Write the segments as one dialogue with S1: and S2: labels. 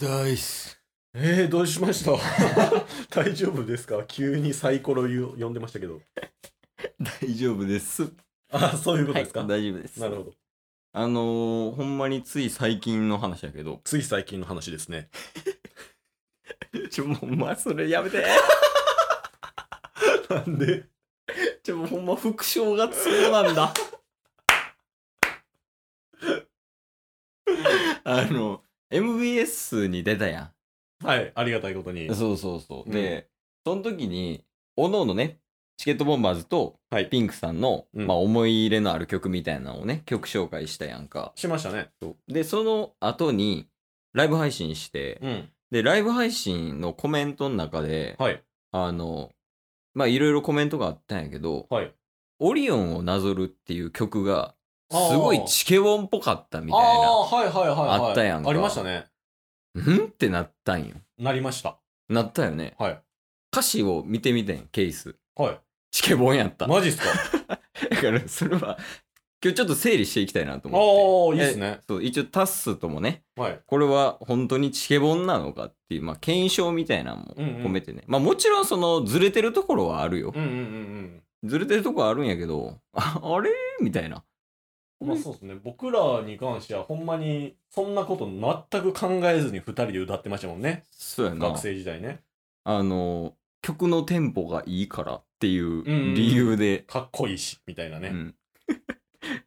S1: 大す。
S2: えー、どうしました 大丈夫ですか急にサイコロ言う呼んでましたけど。
S1: 大丈夫です。
S2: あそういうことですか、
S1: 大丈夫です。
S2: なるほど。
S1: あのー、ほんまについ最近の話やけ ど。
S2: つい最近の話ですね。
S1: ちょ、もう、お前それやめて。
S2: なんで
S1: ちょ、もうほんま副賞がそうなんだ。あの、MBS に出たや
S2: はい、ありがたいことに
S1: ん。。そうそうそう。
S2: うん
S1: で、その時に、おのおのね、チケットボンバーズと
S2: はい
S1: ピンクさんの、
S2: うん
S1: まあ、思い入れのある曲みたいなのをね、曲紹介したやんか。
S2: しましたね。
S1: で、その後に、ライブ配信して、
S2: うん。
S1: で、ライブ配信のコメントの中で、
S2: はい。
S1: あの、まあ、いろいろコメントがあったんやけど、
S2: はい。
S1: オリオンをなぞるっていう曲が、
S2: あー
S1: すごいチケボンっぽかったみたい
S2: ああー、はいはいはい、はい。
S1: あったやんか
S2: ありましたね。
S1: な。んってなったんよ。
S2: なりました。
S1: なったよね。
S2: はい。
S1: 歌詞を見てみてん、ケース。
S2: は
S1: チケボンやった。
S2: い。
S1: だ
S2: マジっすか
S1: から、それは、今日ちょっと整理していきたいなと
S2: あ
S1: 思
S2: あ、
S1: っ
S2: い
S1: て。
S2: いっすね
S1: え。。そう、一応タッスともね、
S2: はい。
S1: これは本当にチケボンなのかっていう、まあ、検証みたいなのも
S2: うんうん
S1: 込めてね。まあ、もちろん、その、ずれてるところはあるよ
S2: う。んうんうん
S1: ずれてるとこはあるんやけど、ああれみたいな。
S2: うん。まあそうですね。僕らに関しては、ほんまに、そんなこと全く考えずに二人で歌ってましたもんね。
S1: そうやな
S2: 学。生時代ね。
S1: あの、曲のテンポがいいからっていう
S2: うんうん
S1: 理由で、
S2: かっこいいし、みたいなね。
S1: うん。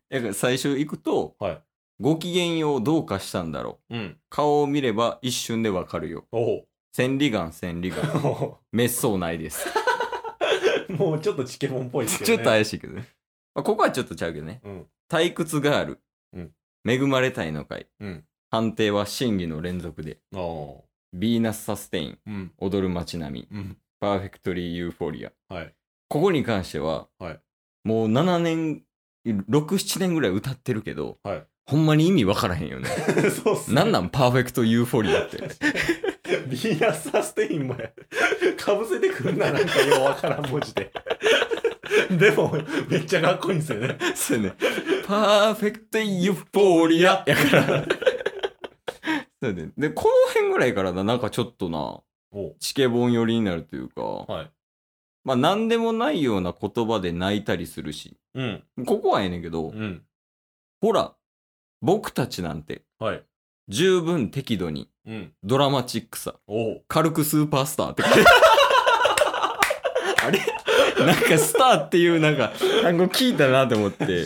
S1: だから最初行くと、
S2: はい
S1: ご機嫌ようどうかしたんだろう。
S2: うん。
S1: 顔を見れば一瞬でわかるよ。
S2: おお。
S1: 千里眼千里眼。滅相ないです。
S2: もうちょっとチケモンっぽいですけ
S1: ち
S2: ど
S1: ょっ
S2: ね。
S1: と怪しいけどね。まあ、ここはちょっとちゃうけどね。
S2: うん
S1: 退屈ガール。
S2: うん
S1: 恵まれたいのかい。
S2: うん
S1: 判定は審議の連続で。
S2: あー
S1: ヴィーナスサステイン。
S2: うん。
S1: 踊る街並み。
S2: うん。
S1: パーフェクトリーユーフォリア。
S2: はい。
S1: ここに関しては、
S2: はい
S1: もう7年、6、7年ぐらい歌ってるけど、
S2: はい
S1: ほんまに意味わからへんよね。
S2: そうっすね。
S1: なんなんパーフェクトユーフォリアって。
S2: ビーナスサステインもや。 かぶせてくんな、なんかようわからん文字で。 でも、めっちゃかっこいいんですよね。
S1: そうね。パーフェクトユーフォリアやから。 そうね。で、この辺ぐらいからな、なんかちょっとな、
S2: お
S1: チケボン寄りになるというか、
S2: はい。
S1: まあ何でもないような言葉で泣いたりするし、
S2: うん。
S1: ここはええねんけど、
S2: うん。
S1: ほら、僕たちなんて
S2: はい。
S1: 十分適度に
S2: うん。
S1: ドラマチックさ。
S2: おう。
S1: 軽くスーパースターって書いて あれなんかスターっていうなんか単語聞いたなと思って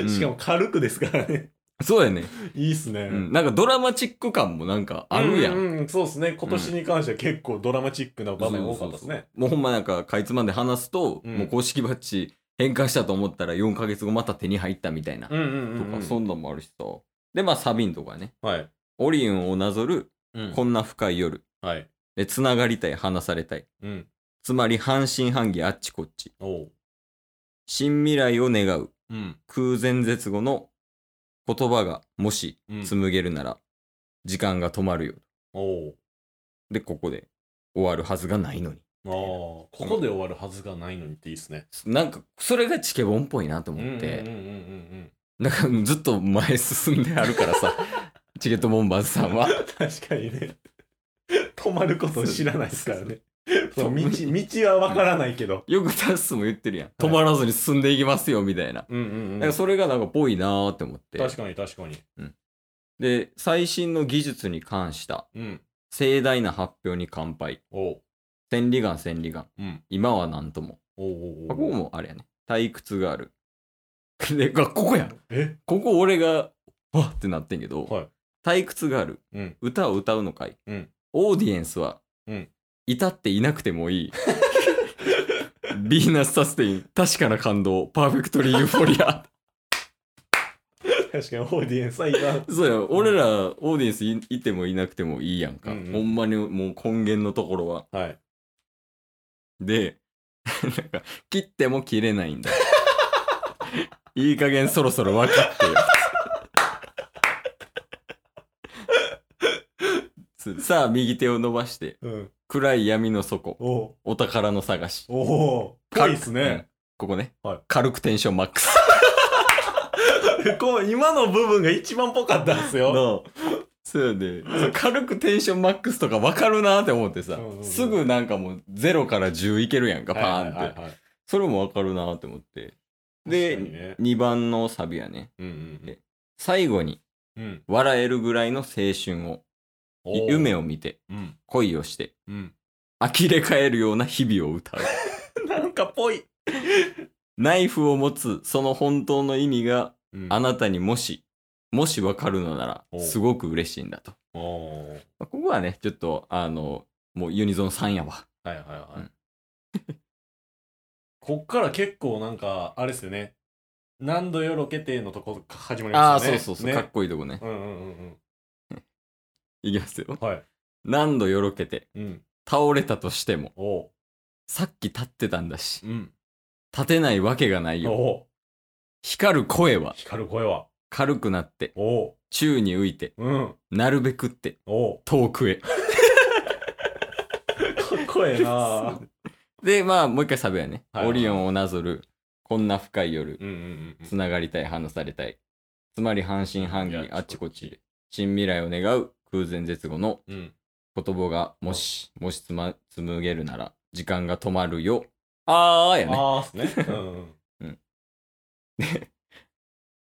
S1: うん
S2: しかも軽くですからね。
S1: そうやね、
S2: いいっすね。
S1: うん、なんかドラマチック感もなんかあるやん、
S2: ううん、そうですね。今年に関しては結構ドラマチックな場面多かったですね。
S1: もうほんまなんかかいつまんで話すと、
S2: うん
S1: もう公式バッジ変換したと思ったら4ヶ月後また手に入ったみたいな、
S2: うんうんうんうん。
S1: とかそんなんもあるしさでまあサビンとかね
S2: はい。
S1: オリオンをなぞる
S2: うん
S1: こんな深い夜
S2: はい。
S1: でつながりたい話されたい
S2: うん。
S1: つまり半信半疑あっちこっち
S2: おう。
S1: 新未来を願う
S2: うん。
S1: 空前絶後の言葉がもし
S2: うん
S1: 紡げるなら時間が止まるよ。
S2: おう。
S1: で、ここで終わるはずがないのに。
S2: ああ、ここで終わるはずがないのにっていいっすね。
S1: なんか、それがチケボンっぽいなと思っ
S2: うん
S1: て、
S2: うんうんうん
S1: なんかずっと前進んであるから さ、チケットボンバーズさんは。
S2: うん。確かにね。止まることを知らないですからね。そう道、道はわからないけど。
S1: よくタッスも言ってるやん。止まらずに進んでいきますよ、みたいな。
S2: うんうん
S1: なんかそれがなんかぽいなーって思って。
S2: 確かに確かに。
S1: で、最新の技術に関した
S2: うん。
S1: 盛大な発表に乾杯。
S2: おう。
S1: 千里眼千里眼。
S2: うん。
S1: 今は何とも。
S2: おうおうお
S1: あここ
S2: う。
S1: もあれやね。退屈がある。 で、あここやん。
S2: え
S1: ここ俺が、わってなってんけど、
S2: はい。
S1: 退屈がある。
S2: うん。
S1: 歌を歌うのかい。
S2: うん
S1: オーディエンスは、
S2: うん
S1: いたっていなくてもいい。ヴィーナス・サステイン、確かな感動、パーフェクトリー・ユーフォリ ア。
S2: 確かにオーディエンスはいた。
S1: そうや、俺らオーディエンスいいてもいなくてもいいやんか。
S2: うんうん
S1: ほんまにもう根源のところは。
S2: はい。
S1: で、 なんか、切っても切れないんだ。 いい加減そろそろ分かってよ。 つさあ、右手を伸ばして、
S2: うん。
S1: 暗い闇の底、
S2: おう。
S1: お宝の探し。
S2: おお。かいっ
S1: う
S2: す
S1: ん
S2: ね。
S1: ここね、
S2: はい
S1: 軽くテンションマッ クス
S2: こう今の部分が一番ぽかったんですよ。
S1: の、そうねそう軽くテンションマックスとか分かるなって思ってさ、
S2: うんうんうん
S1: すぐなんかもう0から10いけるやんかパーンって、
S2: はいはいはい
S1: それも分かるなって思って
S2: 確かに
S1: で、
S2: ね
S1: 2番のサビやね
S2: うんうん
S1: 最後に
S2: うん
S1: 笑えるぐらいの青春を
S2: おー
S1: 夢を見て
S2: うん
S1: 恋をして
S2: うん
S1: 呆れ返るような日々を 歌う
S2: なんかぽい
S1: ナイフを持つその本当の意味があ
S2: の
S1: なたにもしもし分かるのな
S2: お
S1: ら
S2: う
S1: すごく嬉しいんだと
S2: おー
S1: まあここはねちょっとあのもうユニゾンさんやわ
S2: はいはいはい、
S1: うん
S2: こっから結構なんかあれですよね何度よろけてのとこ始まり
S1: ああ
S2: ま
S1: ー
S2: すよ
S1: そうそ
S2: ね
S1: うそう、
S2: ね
S1: かっこいいとこね
S2: うんうんうん
S1: いきますよ
S2: うんはい
S1: 何度よろけて
S2: うん
S1: 倒れたとしても
S2: おう
S1: さっき立ってたんだし
S2: うん
S1: 立てないわけがない
S2: お
S1: よ
S2: お
S1: 光る声は
S2: 光る声は
S1: 軽くなって
S2: おお
S1: 宙に浮いて
S2: ううん
S1: なるべくって
S2: お お
S1: 遠くへ
S2: かっこええな
S1: でまあもう一回サビやね、
S2: はい
S1: オリオンをなぞるこんな深い夜
S2: うんうんうん
S1: つながりたい話されたいつまり半信半
S2: い
S1: 疑
S2: や
S1: あっちこっちで新未来を願う空前絶後の
S2: うん
S1: 言葉がもしもしつま紡げるなら時間が止まるよあーやね
S2: ああっすね うんうん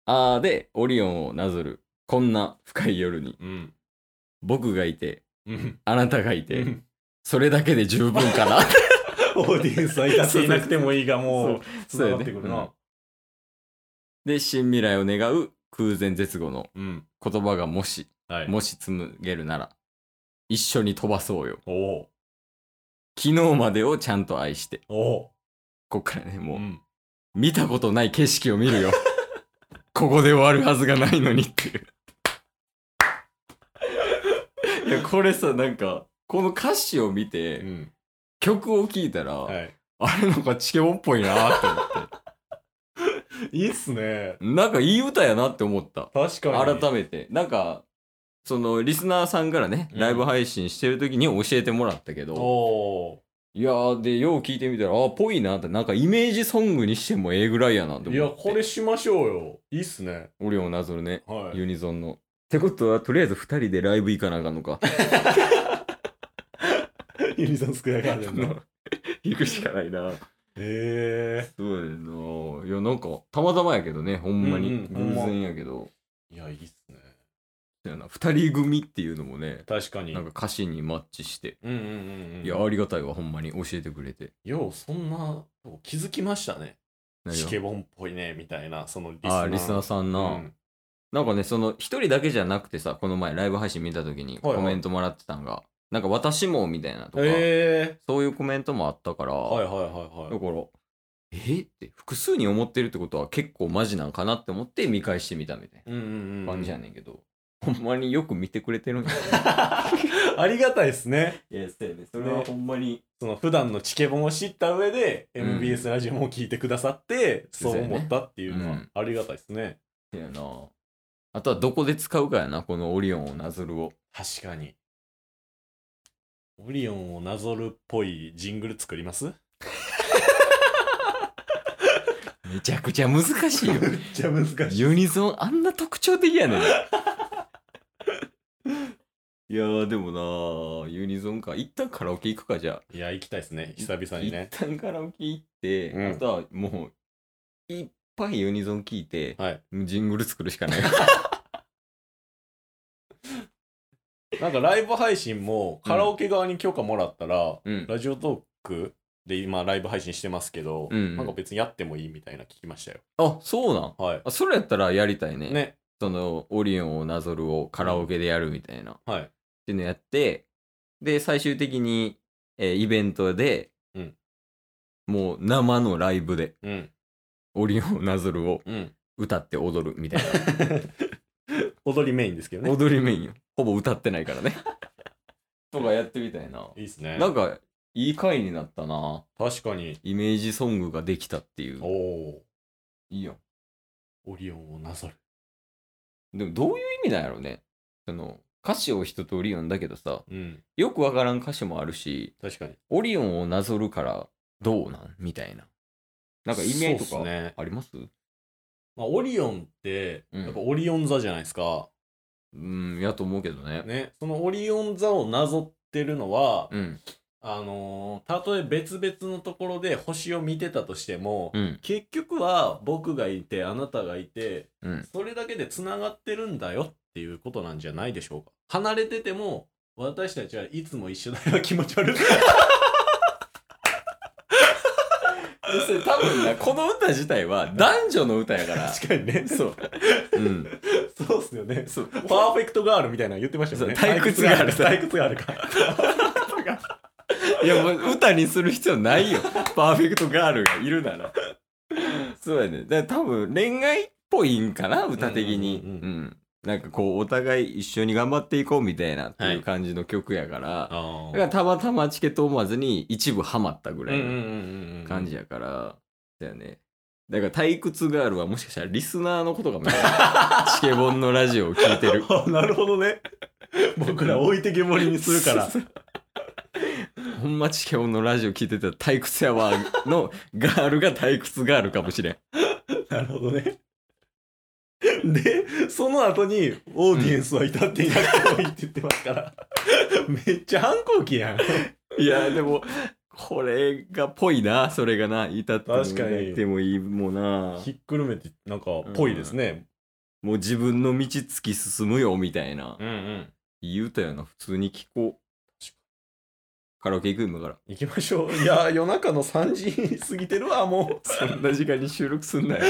S1: あーでオリオンをなぞるこんな深い夜に
S2: うん
S1: 僕がいて
S2: うん
S1: あなたがいて、
S2: うん
S1: それだけで十分かな
S2: オーディエンスはいたっていなくてもいいがもう つ
S1: そう
S2: な
S1: や
S2: がっ
S1: ね
S2: てくるな
S1: で新未来を願う空前絶後の
S2: うん
S1: 言葉がもし
S2: はい
S1: もし紡げるなら一緒に飛ばそうよ
S2: おお
S1: 昨日までをちゃんと愛して
S2: おお
S1: こっからねもう、
S2: うん
S1: 見たことない景色を見るよ ここで終わるはずがないのにって いういやこれさなんかこの歌詞を見て、
S2: うん
S1: 曲を聴いたら、
S2: はい
S1: あれなんかチケボンっぽいなって思って
S2: いいっすね
S1: なんかいい歌やなって思った
S2: 確かに
S1: 改めてなんかそのリスナーさんからね、
S2: うん
S1: ライブ配信してる時に教えてもらったけど、
S2: おお
S1: いやーでよう聞いてみたらあぽいなってなんかイメージソングにしてもええぐらいやなって思っ
S2: い
S1: てい
S2: やこれしましょうよいいっすね
S1: 俺もなぞるね、
S2: はい
S1: ユニゾンのってことはとりあえず2人でライブ行かなあかんのか
S2: ユニゾンスクエアガーデン の
S1: 行くしかないな
S2: へ
S1: そうやねんないやなんかたまたまやけどねほんまに、
S2: うんうん
S1: 偶然やけど
S2: えいやいいっすね
S1: そやな2人組っていうのもね
S2: 確かに
S1: なんか歌詞にマッチして、
S2: うんうんうんうん
S1: いやありがたいわほんまに教えてくれて
S2: ようそんなとこ気づきましたね
S1: 何
S2: チ
S1: が
S2: ケボンっぽいねみたいなそのリスナー
S1: あーリスナーさんな、
S2: うん
S1: なんかねその1人だけじゃなくてさこの前ライブ配信見た時に
S2: はいはい
S1: コメントもらってたんが、なんか私もみたいなとか、
S2: へえ
S1: そういうコメントもあったから、
S2: はいはいはい
S1: だ
S2: はい
S1: から、えって複数に思ってるってことは結構マジなんかなって思って見返してみたみたい
S2: うんうんうん
S1: な感じやねんけど、ほんまによく見てくれてるんや
S2: ありが たいですね
S1: いや、そうやね。そ
S2: れはほ
S1: んまに。
S2: その普段のチケボンを知った上で、
S1: うん
S2: MBS ラジオも聞いてくださってそう思ったっていうの
S1: う
S2: は
S1: ん
S2: ありがたいですね
S1: やな。あとはどこで使うかやな、このオリオンをなぞるを。
S2: 確かにオリオンをなぞるっぽいジングル作ります
S1: めちゃくちゃ難しいよ。
S2: っちゃ難 し
S1: ユニゾンあんな特徴的やねん。いやーでもなーユニゾンか一旦カラオケ行くかじゃあ
S2: いや行きたいですね久々にね
S1: 一旦カラオケ行って、
S2: うん
S1: あとはもういっぱいユニゾン聞いて、
S2: はい
S1: ジングル作るし かない
S2: なんかライブ配信もカラオケ側に許可もらったら、
S1: うん
S2: ラジオトークで今ライブ配信してますけど、
S1: うんうん
S2: なんか別にやってもいいみたいな聞きましたよ
S1: あそうなん
S2: はい
S1: あそれやったらやりたいね
S2: ね
S1: そのオリオンをなぞるをカラオケでやるみたいな、っ
S2: はい
S1: ていうのやってで最終的に、えーイベントで、
S2: うん
S1: もう生のライブで
S2: うん
S1: オリオンをなぞるを
S2: うん
S1: 歌って踊るみたい
S2: 踊りメインですけど
S1: な
S2: ね
S1: 踊りメインよほぼ歌ってないからね とかやってみたいない
S2: いっすね
S1: なんかいい回になったな
S2: 確かに
S1: イメージソングができたっていう
S2: お。お
S1: いいよ。
S2: ーオリオンをなぞる
S1: でもどういう意味なんやろうね。その歌詞を一通り読んだけどさ、
S2: うん
S1: よくわからん歌詞もあるし、
S2: 確かに
S1: オリオンをなぞるからどうなんみたいな。なんか意味合いと
S2: そ
S1: か
S2: うっすね
S1: あります
S2: まあ、オリオンって、
S1: うん
S2: やっぱオリオン座じゃないですか。
S1: うん、やと思うけどね。
S2: ね、そのオリオン座をなぞってるのは、
S1: うん。
S2: あのーたとえ別々のところで星を見てたとしても、
S1: うん。
S2: 結局は僕がいてあなたがいて
S1: うん。
S2: それだけでつながってるんだよっていうことなんじゃないでしょうか離れてても私たちはいつも一緒だよ 気持ち悪い
S1: それ多分な、この歌自体は男女の歌や から。
S2: 確かにねそう
S1: うん。
S2: そうっすよね
S1: そう。
S2: パーフェクトガールみたいなの言ってましたよね
S1: そう退屈ガール
S2: 退屈ガールか
S1: いや、もう歌にする必要ないよ。パーフェクトガールがいるなら。そうやね。だから多分恋愛っぽいんかな、歌的に。
S2: う
S1: うんん
S2: うんう
S1: なんかこう、お互い一緒に頑張っていこうみたいなっていう感じの曲やから。
S2: あ
S1: だからたまたまチケット思わずに一部ハマったぐらいの感じ
S2: や
S1: やから。だよね。だから退屈ガールはもしかしたらリスナーのことかもしれない チケボンのラジオを聞いてる。
S2: なるほど ね僕ら置いてけぼりにする から
S1: ほんまチケボンのラジオ聞いてたら退屈やわのガールが退屈ガールかもしれん。
S2: なるほどね。で、その後に、オーディエンスは至っていなくてもいいって言ってますから。めっちゃ反抗期やん。
S1: いやでもこれがぽいなそれがな至っても
S2: 確かに
S1: いなくてもいいもんな
S2: ひっくるめて、なんか、ぽいですね。
S1: もう自分の道突き進むよみたいな
S2: うんうん。
S1: いい歌やな普通に聞こうカラオケ行く今から
S2: 行きましょう。いや、夜中の3時過ぎてるわ、もう。
S1: そんな時間に収録すんなよ